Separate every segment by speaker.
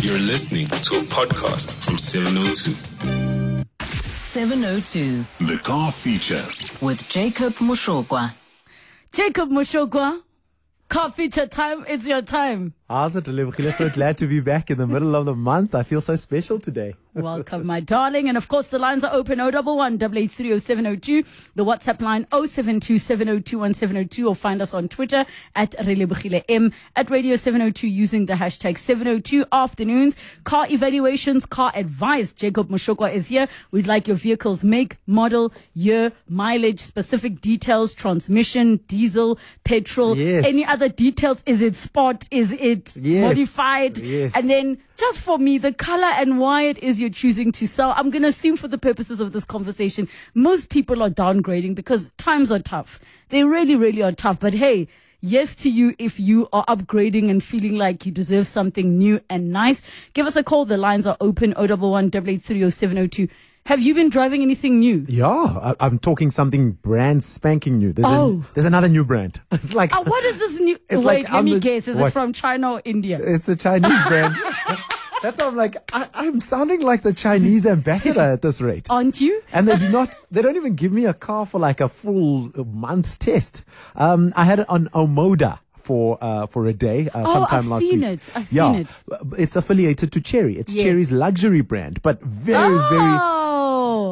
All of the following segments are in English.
Speaker 1: You're listening to a podcast from 702.
Speaker 2: 702
Speaker 1: The car feature.
Speaker 2: with Jacob Mushogwa.
Speaker 3: Jacob Mushogwa, car feature time. It's your time.
Speaker 4: I also Lebogile, so glad to be back in the middle of the month. I feel so special today.
Speaker 3: Welcome, my darling. And of course, the lines are open 011 8830702, the WhatsApp line 0727021702, or find us on Twitter at Relebogile M, at Radio 702 using the hashtag 702 afternoons. Car evaluations, car advice. Jacob Mushogwa is here. We'd like your vehicle's make, model, year, mileage, specific details, transmission, diesel, petrol,
Speaker 4: Yes.
Speaker 3: any other details. Is it sport? Is it
Speaker 4: Yes.
Speaker 3: modified?
Speaker 4: Yes.
Speaker 3: And then and just for me, the color and why it is you're choosing to sell, I'm going to assume for the purposes of this conversation, most people are downgrading because times are tough. They really, really are tough. But hey, yes to you if you are upgrading and feeling like you deserve something new and nice. Give us a call. The lines are open 011 8830702. Have you been driving anything new?
Speaker 4: Yeah, I, I'm talking something brand spanking new. There's, a-
Speaker 3: Oh.
Speaker 4: there's another new brand. It's like
Speaker 3: Uh, what is this new?
Speaker 4: It's
Speaker 3: Wait,
Speaker 4: like
Speaker 3: let
Speaker 4: I'm
Speaker 3: me
Speaker 4: the-
Speaker 3: guess. Is it
Speaker 4: what? Uh,
Speaker 3: from China or India?
Speaker 4: it's a Chinese brand. That's why I'm like I, I'm sounding like the Chinese ambassador at this rate.
Speaker 3: Aren't you?
Speaker 4: and they do not they don't even give me a car for like a full month's test um i had it on omoda for uh for a day uh,
Speaker 3: Oh,
Speaker 4: sometime
Speaker 3: I've
Speaker 4: last
Speaker 3: seen
Speaker 4: week
Speaker 3: it. I've
Speaker 4: yeah.
Speaker 3: seen it.
Speaker 4: it's affiliated to cherry it's
Speaker 3: Yes.
Speaker 4: cherry's luxury brand but very very
Speaker 3: oh.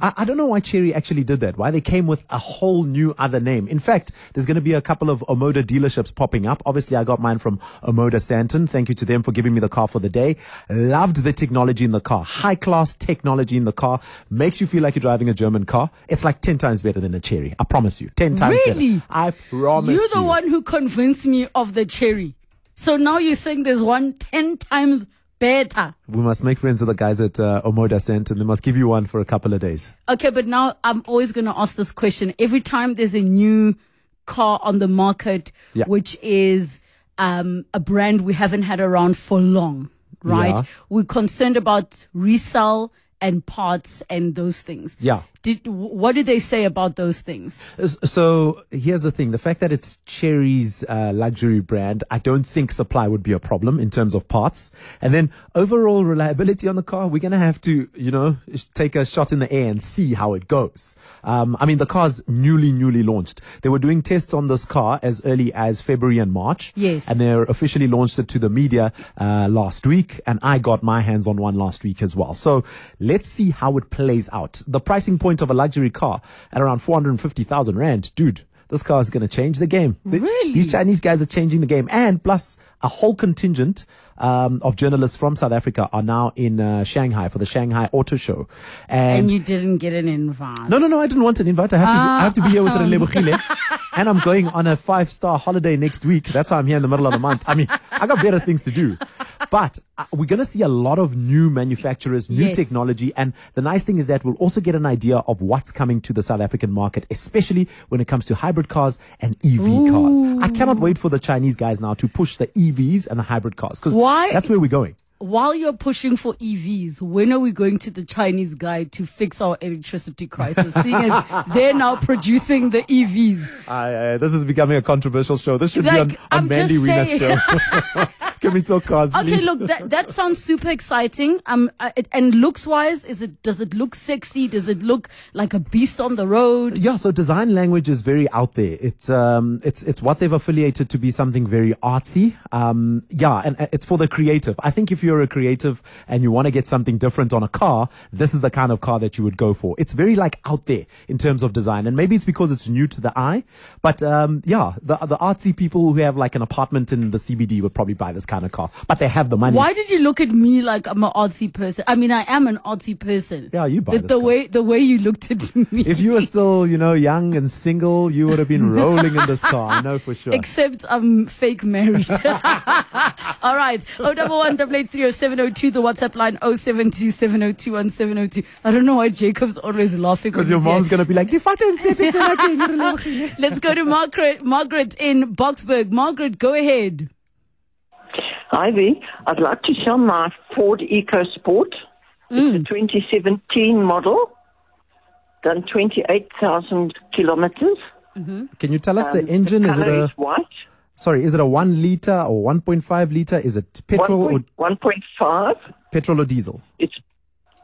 Speaker 4: I, I don't know why Cherry actually did that. Why they came with a whole new other name. In fact, there's going to be a couple of Omoda dealerships popping up. Obviously, I got mine from Omoda Santon. Thank you to them for giving me the car for the day. Loved the technology in the car. High class technology in the car makes you feel like you're driving a German car. It's like ten times better than a Cherry. I promise you, ten times
Speaker 3: Really?
Speaker 4: better. I promise
Speaker 3: You're the
Speaker 4: you.
Speaker 3: one who convinced me of the cherry. So now you're saying there's one ten times better.
Speaker 4: We must make friends with the guys at uh, Omoda Santon. They must give you one for a couple of days.
Speaker 3: Okay, but now I'm always going to ask this question. Every time there's a new car on the market,
Speaker 4: Yeah.
Speaker 3: which is um, a brand we haven't had around for long, right?
Speaker 4: Yeah.
Speaker 3: We're concerned about resale and parts and those things.
Speaker 4: Yeah.
Speaker 3: Did, what did they say about those things?
Speaker 4: S- So here's the thing: the fact that it's Cherry's uh, luxury brand, I don't think supply would be a problem in terms of parts. And then overall reliability on the car, we're gonna have to, you know, sh- take a shot in the air and see how it goes. Um, I mean, the car's newly, newly launched. They were doing tests on this car as early as February and March.
Speaker 3: Yes.
Speaker 4: And they officially launched it to the media uh, last week, and I got my hands on one last week as well. So let's see how it plays out. The pricing point of a luxury car at around 450,000 Rand, dude. This car is going to change the game. Th-
Speaker 3: Really?
Speaker 4: These Chinese guys are changing the game. And plus, a whole contingent um, of journalists from South Africa are now in uh, Shanghai for the Shanghai Auto Show.
Speaker 3: And you didn't get an invite.
Speaker 4: No, no, no. I didn't want an invite. I have to. I have to be here
Speaker 3: Ah.
Speaker 4: with Relebogile. and I'm going on a five star holiday next week. That's why I'm here in the middle of the month. I mean, I got better things to do. But uh, we're going to see a lot of new manufacturers, new
Speaker 3: Yes.
Speaker 4: technology, and the nice thing is that we'll also get an idea of what's coming to the South African market, especially when it comes to hybrid cars and EV cars. I cannot wait for the Chinese guys now to push the EVs and the hybrid cars because
Speaker 3: Why-
Speaker 4: that's where we're going.
Speaker 3: while you're pushing for EVs, when are we going to the Chinese guy to fix our electricity crisis? Seeing as they're now producing the E EVs.
Speaker 4: I, uh, this is becoming a controversial show. This should
Speaker 3: Like,
Speaker 4: be on, on
Speaker 3: I'm
Speaker 4: Mandy
Speaker 3: just
Speaker 4: Wiener's
Speaker 3: saying.
Speaker 4: show. Can we talk cars?
Speaker 3: Okay,
Speaker 4: please?
Speaker 3: look, that, that sounds super exciting. Um, uh, it, and looks wise, is it, does it look sexy? Does it look like a beast on the road?
Speaker 4: Yeah, so design language is very out there. It's um, it's it's what they've affiliated to be something very artsy. Um, yeah, and uh, it's for the creative. I think if you're a creative and you want to get something different on a car, this is the kind of car that you would go for. It's very like out there in terms of design, and maybe it's because it's new to the eye. But um, yeah, the the artsy people who have like an apartment in the CBD would probably buy this kind of car, but they have the money.
Speaker 3: Why did you look at me like I'm an artsy person? I mean, I am an artsy person.
Speaker 4: Yeah, you buy
Speaker 3: But
Speaker 4: this
Speaker 3: the
Speaker 4: car.
Speaker 3: way the way you looked at me.
Speaker 4: If you were still, you know, young and single, you would have been rolling in this car. I know for sure.
Speaker 3: Except I'm fake married. All right. Oh double one double eight three oh seven oh two. The WhatsApp line oh seven two seven oh two one seven oh two. I don't know why Jacob's always laughing.
Speaker 4: Because your mom's going to be like, "Die vat en sit, dit is lekker, hier in Lamgele."
Speaker 3: Let's go to Margaret. Margaret in Boxburg. Margaret, go ahead.
Speaker 5: Ivy, I'd like to sell my Ford EcoSport. It's a
Speaker 3: Mm.
Speaker 5: 2017 model, done 28,000 kilometers.
Speaker 3: Um,
Speaker 4: Can you tell us the engine? Is it
Speaker 5: color
Speaker 4: a
Speaker 5: is white.
Speaker 4: Sorry, is it a one liter or 1.5 liter? Is it petrol or
Speaker 5: 1.5.
Speaker 4: petrol or diesel?
Speaker 5: It's,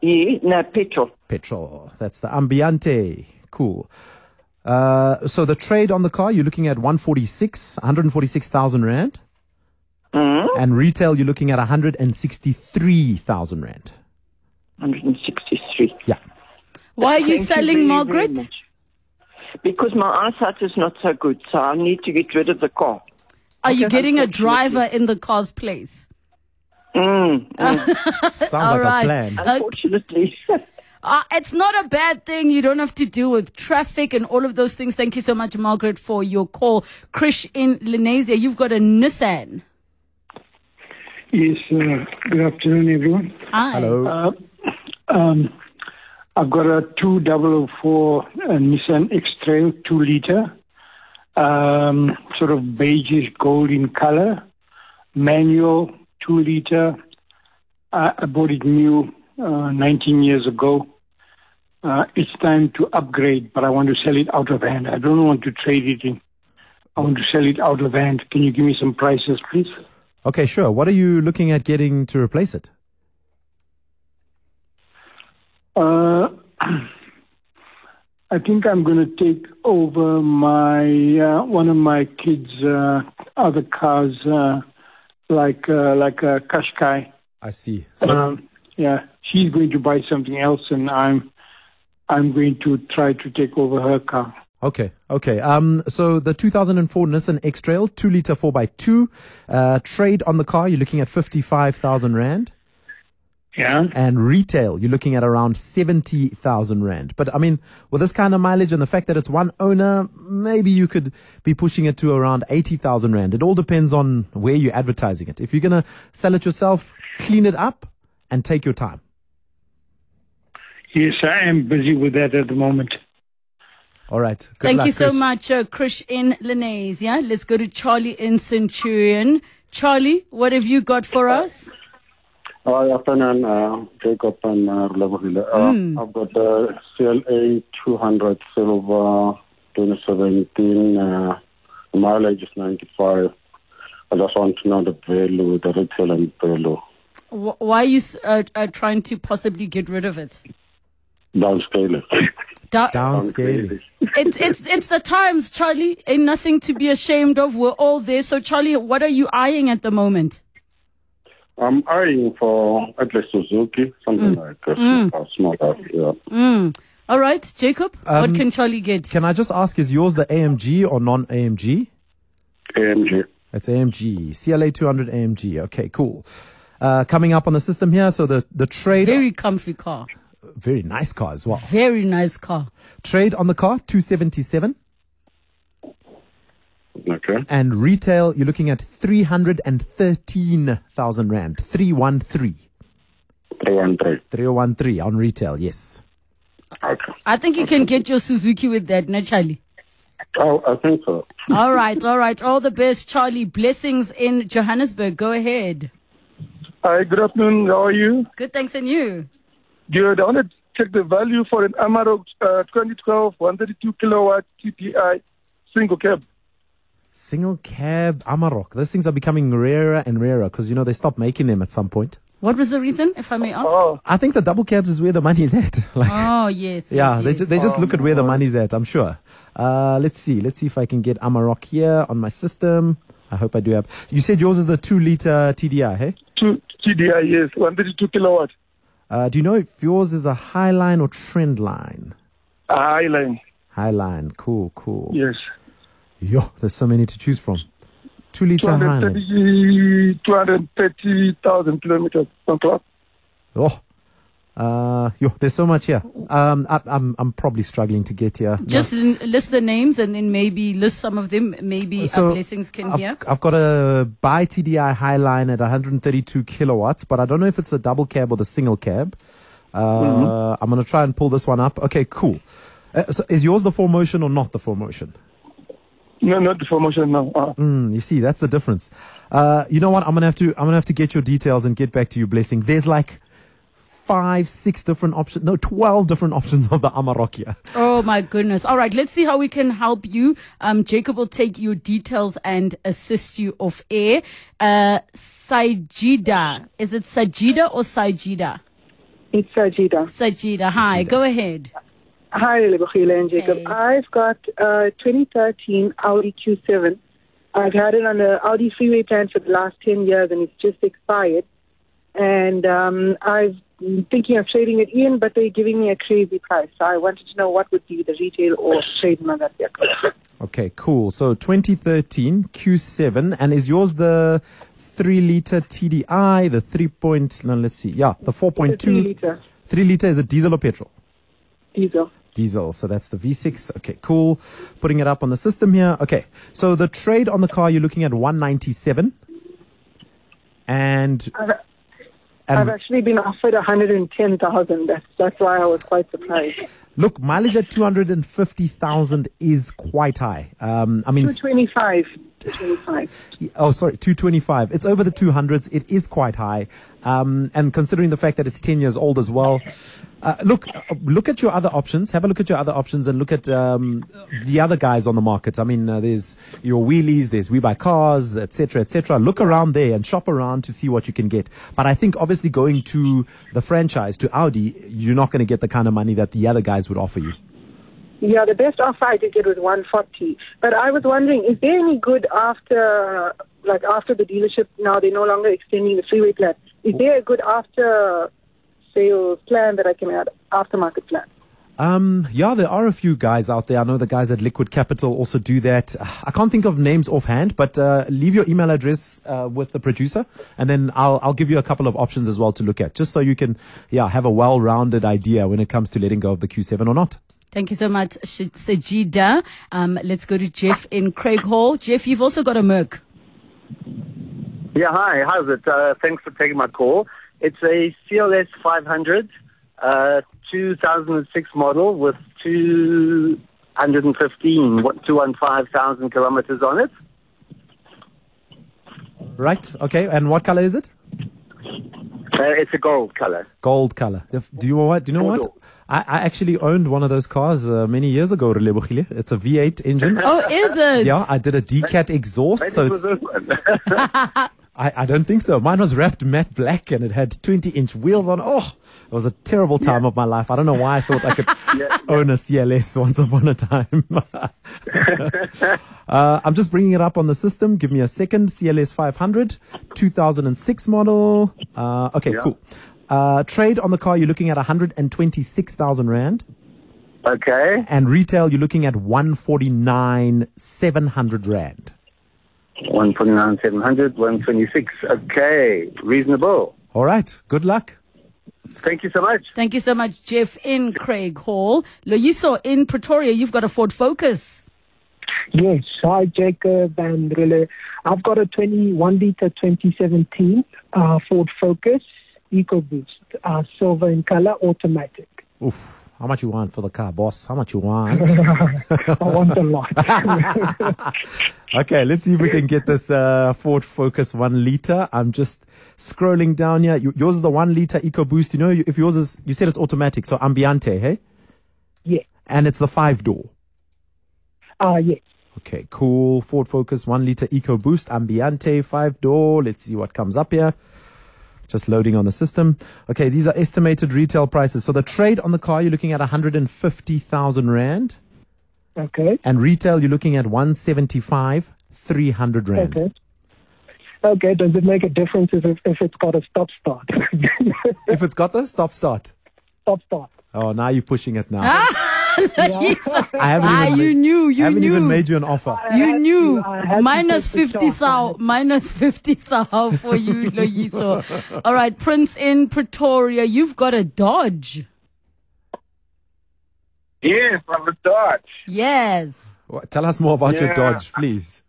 Speaker 5: yeah, no, petrol.
Speaker 4: Petrol. That's the Ambiante. Cool. Uh, so the trade on the car, you're looking at 146, 146,000 rand.
Speaker 3: Mm-hmm.
Speaker 4: And retail, you're looking at 163,000 rand.
Speaker 5: 163.
Speaker 4: Yeah.
Speaker 3: Why are you
Speaker 5: Thank
Speaker 3: selling,
Speaker 5: very, very
Speaker 3: Margaret?
Speaker 5: much. because my eyesight is not so good, so I need to get rid of the car.
Speaker 3: Are you getting a driver in the car's place?
Speaker 4: Sounds
Speaker 3: All
Speaker 4: like
Speaker 3: right.
Speaker 4: a
Speaker 5: Uh,
Speaker 4: plan.
Speaker 3: Okay.
Speaker 5: Unfortunately.
Speaker 3: Uh, it's not a bad thing. You don't have to deal with traffic and all of those things. Thank you so much, Margaret, for your call. Krish in Linesia, you've got a Nissan.
Speaker 6: Yes, uh, good afternoon, everyone.
Speaker 3: Hi.
Speaker 4: Hello.
Speaker 6: Um, I've got a 2004 uh, Nissan X Trail 2 liter, um, sort of beigeish gold in color, manual 2 liter. I, I bought it new uh, 19 years ago. Uh, it's time to upgrade, but I want to sell it out of hand. I don't want to trade it in. I want to sell it out of hand. Can you give me some prices, please?
Speaker 4: Okay, sure. What are you looking at getting to replace it?
Speaker 6: Uh, I think I'm going to take over my uh, one of my kids' uh, other cars, uh, like uh, like a Qashqai.
Speaker 4: I see.
Speaker 6: Um, yeah, she's going to buy something else, and I'm I'm going to try to take over her car.
Speaker 4: Okay, okay. Um, so the 2004 Nissan X Trail, 2 liter 4x2, uh, trade on the car, you're looking at 55,000 Rand.
Speaker 6: Yeah.
Speaker 4: And retail, you're looking at around 70,000 Rand. But I mean, with this kind of mileage and the fact that it's one owner, maybe you could be pushing it to around 80,000 Rand. It all depends on where you're advertising it. If you're going to sell it yourself, clean it up and take your time.
Speaker 6: Yes, I am busy with that at the moment.
Speaker 4: All right. Good
Speaker 3: Thank
Speaker 4: luck,
Speaker 3: you so
Speaker 4: Chris.
Speaker 3: much, uh, Krish in Linesia. Let's go to Charlie in Centurion. Charlie, what have you got for us?
Speaker 7: Hi, afternoon, uh, Jacob and uh, Relebohile. Uh,
Speaker 4: Hmm.
Speaker 7: I've got a CLA 200 silver 2017. Uh, the mileage is 95. I just want to know the value, the retail and value.
Speaker 3: Wh- Why are you s- uh, uh, trying to possibly get rid of it?
Speaker 7: Downscale it.
Speaker 3: Da-
Speaker 4: Downscaling.
Speaker 3: it's it's it's the times, Charlie. Ain't nothing to be ashamed of. We're all there. So, Charlie, what are you eyeing at the moment?
Speaker 7: I'm eyeing for at least Suzuki,
Speaker 4: Hmm.
Speaker 7: something like a small uh, car. Yeah.
Speaker 3: All right, Jacob.
Speaker 4: Um,
Speaker 3: what can Charlie get?
Speaker 4: Can I just ask, is yours the AMG or non AMG?
Speaker 7: AMG.
Speaker 4: That's AMG, CLA 200 AMG. Okay, cool. Uh, coming up on the system here, so the, the trade,
Speaker 3: Very comfy car.
Speaker 4: very nice car as well.
Speaker 3: Very nice car.
Speaker 4: Trade on the car, 277.
Speaker 7: Okay.
Speaker 4: And retail, you're looking at 313,000 Rand. 313.
Speaker 7: 313.
Speaker 4: 3013 on retail, yes.
Speaker 7: Okay.
Speaker 3: I think you can get your Suzuki with that, no, Charlie.
Speaker 7: Oh, I think so.
Speaker 3: All right, all right. All the best, Charlie. Blessings in Johannesburg. Go ahead.
Speaker 8: Hi, good afternoon. How are you?
Speaker 3: Good, thanks, and you.
Speaker 8: Good. I want to check the value for an Amarok uh, 2012 132 kilowatt TDI single cab.
Speaker 4: Single cab Amarok. Those things are becoming rarer and rarer because, you know, they stopped making them at some point.
Speaker 3: What was the reason, if I may ask? Oh,
Speaker 8: Oh,
Speaker 4: I think the double cabs is where the money's at. Like,
Speaker 3: yes. yes,
Speaker 4: Yeah, they,
Speaker 3: yes.
Speaker 4: ju- they just look at where the money's at, I'm sure. Uh, let's see. Let's see if I can get Amarok here on my system. I hope I do have. You said yours is the 2 liter TDI, hey?
Speaker 8: two TDI, yes, 132 kilowatt.
Speaker 4: Uh, do you know if yours is a high line or trend line?
Speaker 8: High line,
Speaker 4: High line. Cool, cool.
Speaker 8: yes.
Speaker 4: Yo, there's so many to choose from. 2 liter high line.
Speaker 8: 230 230,000 kilometers on clock.
Speaker 4: Oh. Uh, yo, there's so much here. Um, I, I'm, I'm probably struggling to get here. No.
Speaker 3: Just l- list the names and then maybe list some of them. Maybe our blessings can
Speaker 4: I've,
Speaker 3: hear.
Speaker 4: I've got a buy TDI Highline at 132 kilowatts, but I don't know if it's a double cab or the single cab. Uh, I'm going to try and pull this one up. Okay, cool. Uh, so is yours the four motion or not the four motion?
Speaker 8: No, not the promotion now. Uh,
Speaker 4: Mm, you see, that's the difference. Uh, you know what? I'm gonna have to I'm gonna have to get your details and get back to you. Blessing. There's like five, six different options, no, 12 different options of the Amarok here.
Speaker 3: Oh my goodness. All right, let's see how we can help you. Um, Jacob will take your details and assist you off air. Uh, Sajida. Is it Sajida or Sajida?
Speaker 9: It's Sajida.
Speaker 3: Sajida. Hi, go ahead.
Speaker 9: Hi, Lebogile and Jacob.
Speaker 3: Hey.
Speaker 9: I've got a 2013 Audi Q7. I've had it on the Audi freeway plan for the last 10 years and it's just expired. And um, I've been thinking of trading it in, but they're giving me a crazy price. So I wanted to know what would be the retail or trading on that vehicle.
Speaker 4: Okay, cool. So 2013 Q7, and is yours the three liter TDI, the three point? No, let's see. Yeah, the four point two.
Speaker 9: Three liter
Speaker 4: Three liter is a diesel or petrol?
Speaker 9: diesel.
Speaker 4: Diesel. So that's the V6. Okay, cool. Putting it up on the system here. Okay, so the trade on the car you're looking at 197, and
Speaker 9: Uh, I've actually been offered 110,000. That's that's why I was quite surprised.
Speaker 4: look, mileage at 250,000 is quite high. Um, I mean,
Speaker 9: 225. 225.
Speaker 4: Oh, sorry, 225. It's over the 200s. It is quite high. Um, and considering the fact that it's 10 years old as well, uh, look, uh, look at your other options. Have a look at your other options and look at um, the other guys on the market. I mean, uh, there's your wheelies, there's We Buy Cars, etc., etc. Look around there and shop around to see what you can get. But I think obviously going to the franchise, to Audi, you're not going to get the kind of money that the other guys would offer you.
Speaker 9: Yeah, the best offer I did get was 140. But I was wondering, is there any good after, like after the dealership now they're no longer extending the freeway plan? Is there a good after sales plan that I can add aftermarket plan?
Speaker 4: Um, yeah, there are a few guys out there. I know the guys at Liquid Capital also do that. I can't think of names offhand, but uh, leave your email address uh, with the producer, and then I'll I'll give you a couple of options as well to look at, just so you can yeah have a well-rounded idea when it comes to letting go of the Q7 or not.
Speaker 3: Thank you so much, Sh- Sajida. Um, let's go to Jeff in Craig Hall. Jeff, you've also got a Merc.
Speaker 10: Yeah, hi. How's it? Uh, thanks for taking my call. It's a CLS 500, uh, 2006 model with 215, what, 215,000 kilometers on it.
Speaker 4: Right? Okay. And what color is it?
Speaker 10: Uh, it's a gold color.
Speaker 4: Gold color. If- Do you know what? Do you know what? I, I actually owned one of those cars uh, many years ago. Relebohile. It's a V8 engine.
Speaker 3: Oh, is it?
Speaker 4: Yeah, I did a decat exhaust,
Speaker 10: Maybe
Speaker 4: so
Speaker 10: it was
Speaker 4: it's
Speaker 10: this one.
Speaker 4: I, I don't think so. Mine was wrapped matte black and it had 20 inch wheels on. Oh, it was a terrible time of my life. I don't know why I thought I could own a CLS once upon a time. uh, I'm just bringing it up on the system. Give me a second. CLS 500, 2006 model. Uh, okay, cool. Uh, trade on the car, you're looking at 126,000 Rand.
Speaker 10: okay.
Speaker 4: And retail, you're looking at 149,700 Rand.
Speaker 10: 149, 700, 126. Okay. Reasonable.
Speaker 4: All right. Good luck.
Speaker 10: Thank you so much.
Speaker 3: Thank you so much, Jeff in Craig Hall. Loyiso in Pretoria, you've got a Ford Focus.
Speaker 11: Yes, hi Jacob and Rille. I've got a 21 liter 2017 uh, Ford Focus EcoBoost, uh, silver in color, automatic.
Speaker 4: Oof. How much you want for the car, boss? How much you want?
Speaker 11: I want a lot.
Speaker 4: okay, let's see if we can get this uh, Ford Focus one liter. I'm just scrolling down here. You, yours is the one liter EcoBoost. You know, you- if yours is, you said it's automatic, so Ambiante, hey?
Speaker 11: yeah,
Speaker 4: And it's the five door.
Speaker 11: uh, yes.
Speaker 4: Okay, cool. Ford Focus one liter EcoBoost Ambiante five door. Let's see what comes up here. Just loading on the system. Okay, these are estimated retail prices. So the trade on the car, you're looking at 150,000 rand.
Speaker 11: Okay,
Speaker 4: and retail you're looking at 175 300 rand
Speaker 11: okay. Okay, does it make a difference if, if, if it's got a stop start?
Speaker 4: if it's got the stop start
Speaker 11: stop start.
Speaker 4: oh now you're pushing it now i haven't
Speaker 3: Ah,
Speaker 4: even
Speaker 3: you
Speaker 4: made,
Speaker 3: knew, you
Speaker 4: haven't even
Speaker 3: knew.
Speaker 4: made you an offer
Speaker 3: You knew
Speaker 11: I had to
Speaker 3: minus
Speaker 11: take the
Speaker 3: 50 thou,
Speaker 11: chance.
Speaker 3: minus 50 thou for you, Loyiso. All right, Prince in Pretoria, you've got a Dodge.
Speaker 8: Yes, I'm a Dutch.
Speaker 3: Yes.
Speaker 4: Well, tell us more about your
Speaker 8: Yeah.
Speaker 4: dodge please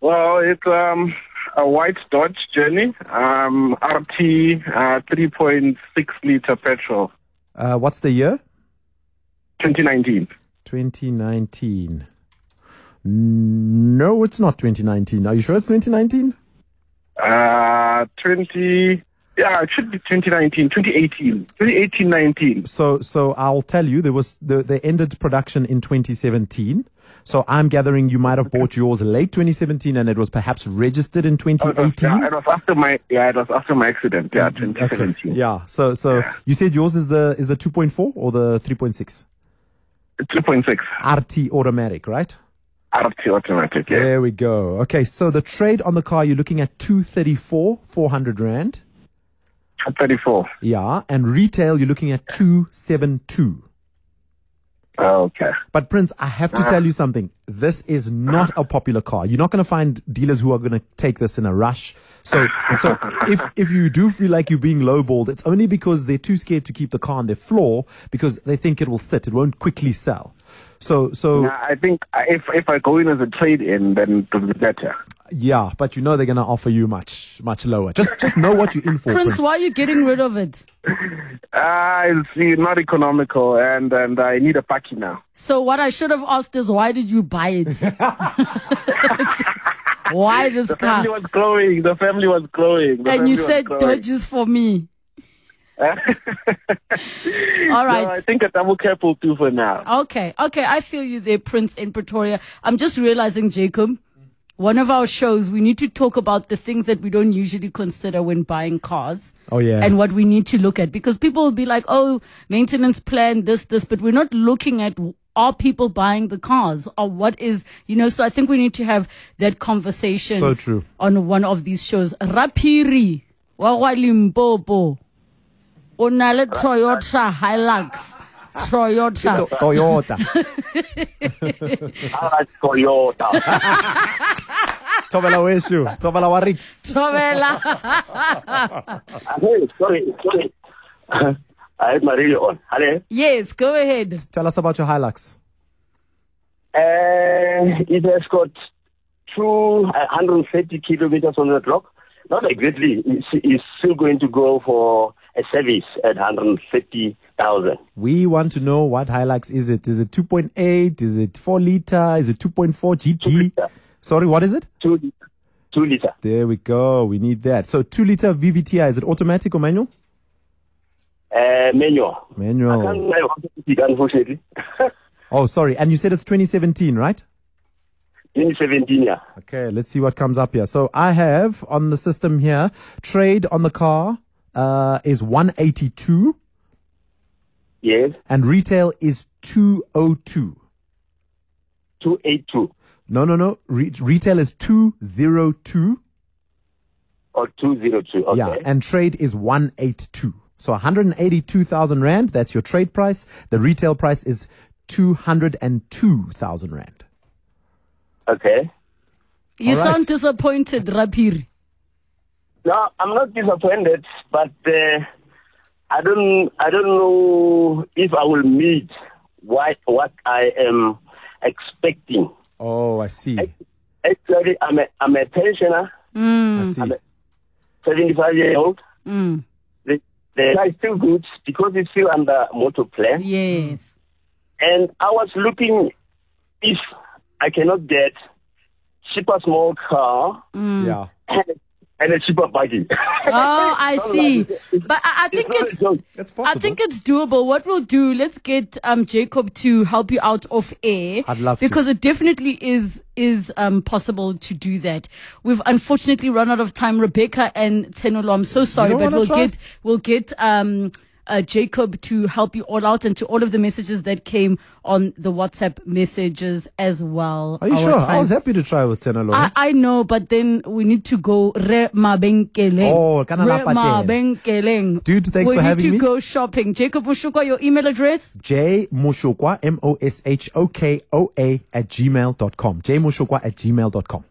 Speaker 8: Well, it's um, a white Dodge Journey, um, RT uh, 3.6 liter petrol,
Speaker 4: uh, what's the year
Speaker 8: 2019.
Speaker 4: 2019 no it's not 2019 are you sure it's 2019
Speaker 8: Uh, 20, Yeah, it should be 2019, 2018, 2018, 19.
Speaker 4: So, so I'll tell you, there was the, they ended production in 2017. So I'm gathering you might have bought yours late 2017, and it was perhaps registered in
Speaker 8: It was, Oh,
Speaker 4: 2018.
Speaker 8: yeah, it was after my yeah, it was after my accident. Yeah, 2017.
Speaker 4: Yeah. So, so you said yours is the is the 2.4 or the 3.6?
Speaker 8: 3.6.
Speaker 4: RT automatic, right?
Speaker 8: RT automatic. Yeah.
Speaker 4: There we go. Okay, so the trade on the car you're looking at 234 400 rand.
Speaker 8: 234.
Speaker 4: Yeah, and retail you're looking at 272.
Speaker 8: Oh, Okay.
Speaker 4: But Prince, I have to tell you something. This is not a popular car. You're not going to find dealers who are going to take this in a rush. So, so if if you do feel like you're being lowballed, it's only because they're too scared to keep the car on their floor because they think it will sit. It won't quickly sell. So, so
Speaker 8: Nah, I think I- if if I go in as a trade-in, then it will be better.
Speaker 4: yeah, but you know they're going to offer you much much lower. Just just know what you're in for,
Speaker 3: Prince,
Speaker 4: Prince.
Speaker 3: why are you getting rid of it?
Speaker 8: Ah, it's uh, not economical, and and I need a parking now.
Speaker 3: So what I should have asked is why did you buy it? why this
Speaker 8: the
Speaker 3: car?
Speaker 8: family was growing. The family was growing. the
Speaker 3: And you
Speaker 8: family
Speaker 3: said
Speaker 8: was growing.
Speaker 3: Dodge is for me.
Speaker 8: No,
Speaker 3: All
Speaker 8: I
Speaker 3: right.
Speaker 8: think a double cap will do for now.
Speaker 3: Okay. Okay. I feel you there, Prince in Pretoria. I'm just realizing, Jacob, one of our shows, we need to talk about the things that we don't usually consider when buying cars.
Speaker 4: Oh, yeah.
Speaker 3: And what we need to look at because people will be like, oh, maintenance plan, this, this, but we're not looking at are people buying the cars or what is, you know, so I think we need to have that conversation.
Speaker 4: So true.
Speaker 3: On one of these shows. Rapiri, Wawa Limpopo, Onale Toyota Hilux, Toyota.
Speaker 4: Toyota.
Speaker 10: I like Toyota.
Speaker 4: Tobela Weshu, Tobela Warix.
Speaker 3: Tobela.
Speaker 10: hey, sorry, sorry.
Speaker 8: Uh-huh.
Speaker 10: I had my radio on. Hello.
Speaker 3: yes, go ahead.
Speaker 4: Tell us about your Hilux.
Speaker 10: Uh, it has got two hundred and thirty kilometers on the clock. Not exactly. It's, it's still going to go for a service at 150,000.
Speaker 4: We want to know what Hilux is it? Is it 2.8? Is it 4 liter? Is it 2.4 GT? Sorry, what is it?
Speaker 10: 2 2 liter.
Speaker 4: There we go. We need that. So 2 liter VVTi, is it automatic or manual?
Speaker 10: Uh, manual. I
Speaker 4: Manual.
Speaker 10: can't drive automatic, unfortunately.
Speaker 4: Oh, sorry. And you said it's 2017, right?
Speaker 10: 2017, yeah.
Speaker 4: Okay, let's see what comes up here. So I have on the system here, trade on the car uh, is 182
Speaker 10: Yes,
Speaker 4: and retail is 202.
Speaker 10: 282
Speaker 4: No, no, no. Re- retail is 202.
Speaker 10: or 202. Okay.
Speaker 4: Yeah, and trade is 182. So 182,000 Rand, that's your trade price. The retail price is 202,000 Rand.
Speaker 10: Okay.
Speaker 3: You
Speaker 4: All right.
Speaker 3: sound disappointed, Rapiri.
Speaker 10: No, I'm not disappointed, but uh, I don't I don't know if I will meet what what I am expecting.
Speaker 4: Oh, I see.
Speaker 10: Actually, I'm a I'm a pensioner,
Speaker 4: I see.
Speaker 10: I'm a 75 year old.
Speaker 3: Mm.
Speaker 10: The the car is still good because it's still under motor plan.
Speaker 3: Yes.
Speaker 10: And I was looking if I cannot get cheaper small car
Speaker 4: Yeah.
Speaker 10: and a cheaper buggy.
Speaker 3: Oh, I see. But I, I think it's,
Speaker 4: It's
Speaker 3: I
Speaker 4: possible.
Speaker 3: think it's doable. What we'll do, let's get um Jacob to help you out off air.
Speaker 4: I'd love to.
Speaker 3: because it definitely is is um possible to do that. We've unfortunately run out of time, Rebecca and Tenolo. I'm so sorry,
Speaker 4: don't
Speaker 3: but
Speaker 4: wanna
Speaker 3: we'll
Speaker 4: try?
Speaker 3: get we'll get um. Uh, Jacob to help you all out and to all of the messages that came on the WhatsApp messages as well.
Speaker 4: Are you
Speaker 3: Our
Speaker 4: sure? Oh, I
Speaker 3: time-
Speaker 4: was happy to try with Tenalo.
Speaker 3: I, I know, but then we need to go re mabenkeleng.
Speaker 4: Oh, kana
Speaker 3: Re
Speaker 4: lapha teng.
Speaker 3: mabenkeleng.
Speaker 4: Dude, thanks
Speaker 3: we
Speaker 4: for having
Speaker 3: need to
Speaker 4: me.
Speaker 3: go shopping. Jacob Ushukwa, your email address?
Speaker 4: J Moshokwa, M O S H O K O A at gmail.com. J Moshokwa at gmail.com.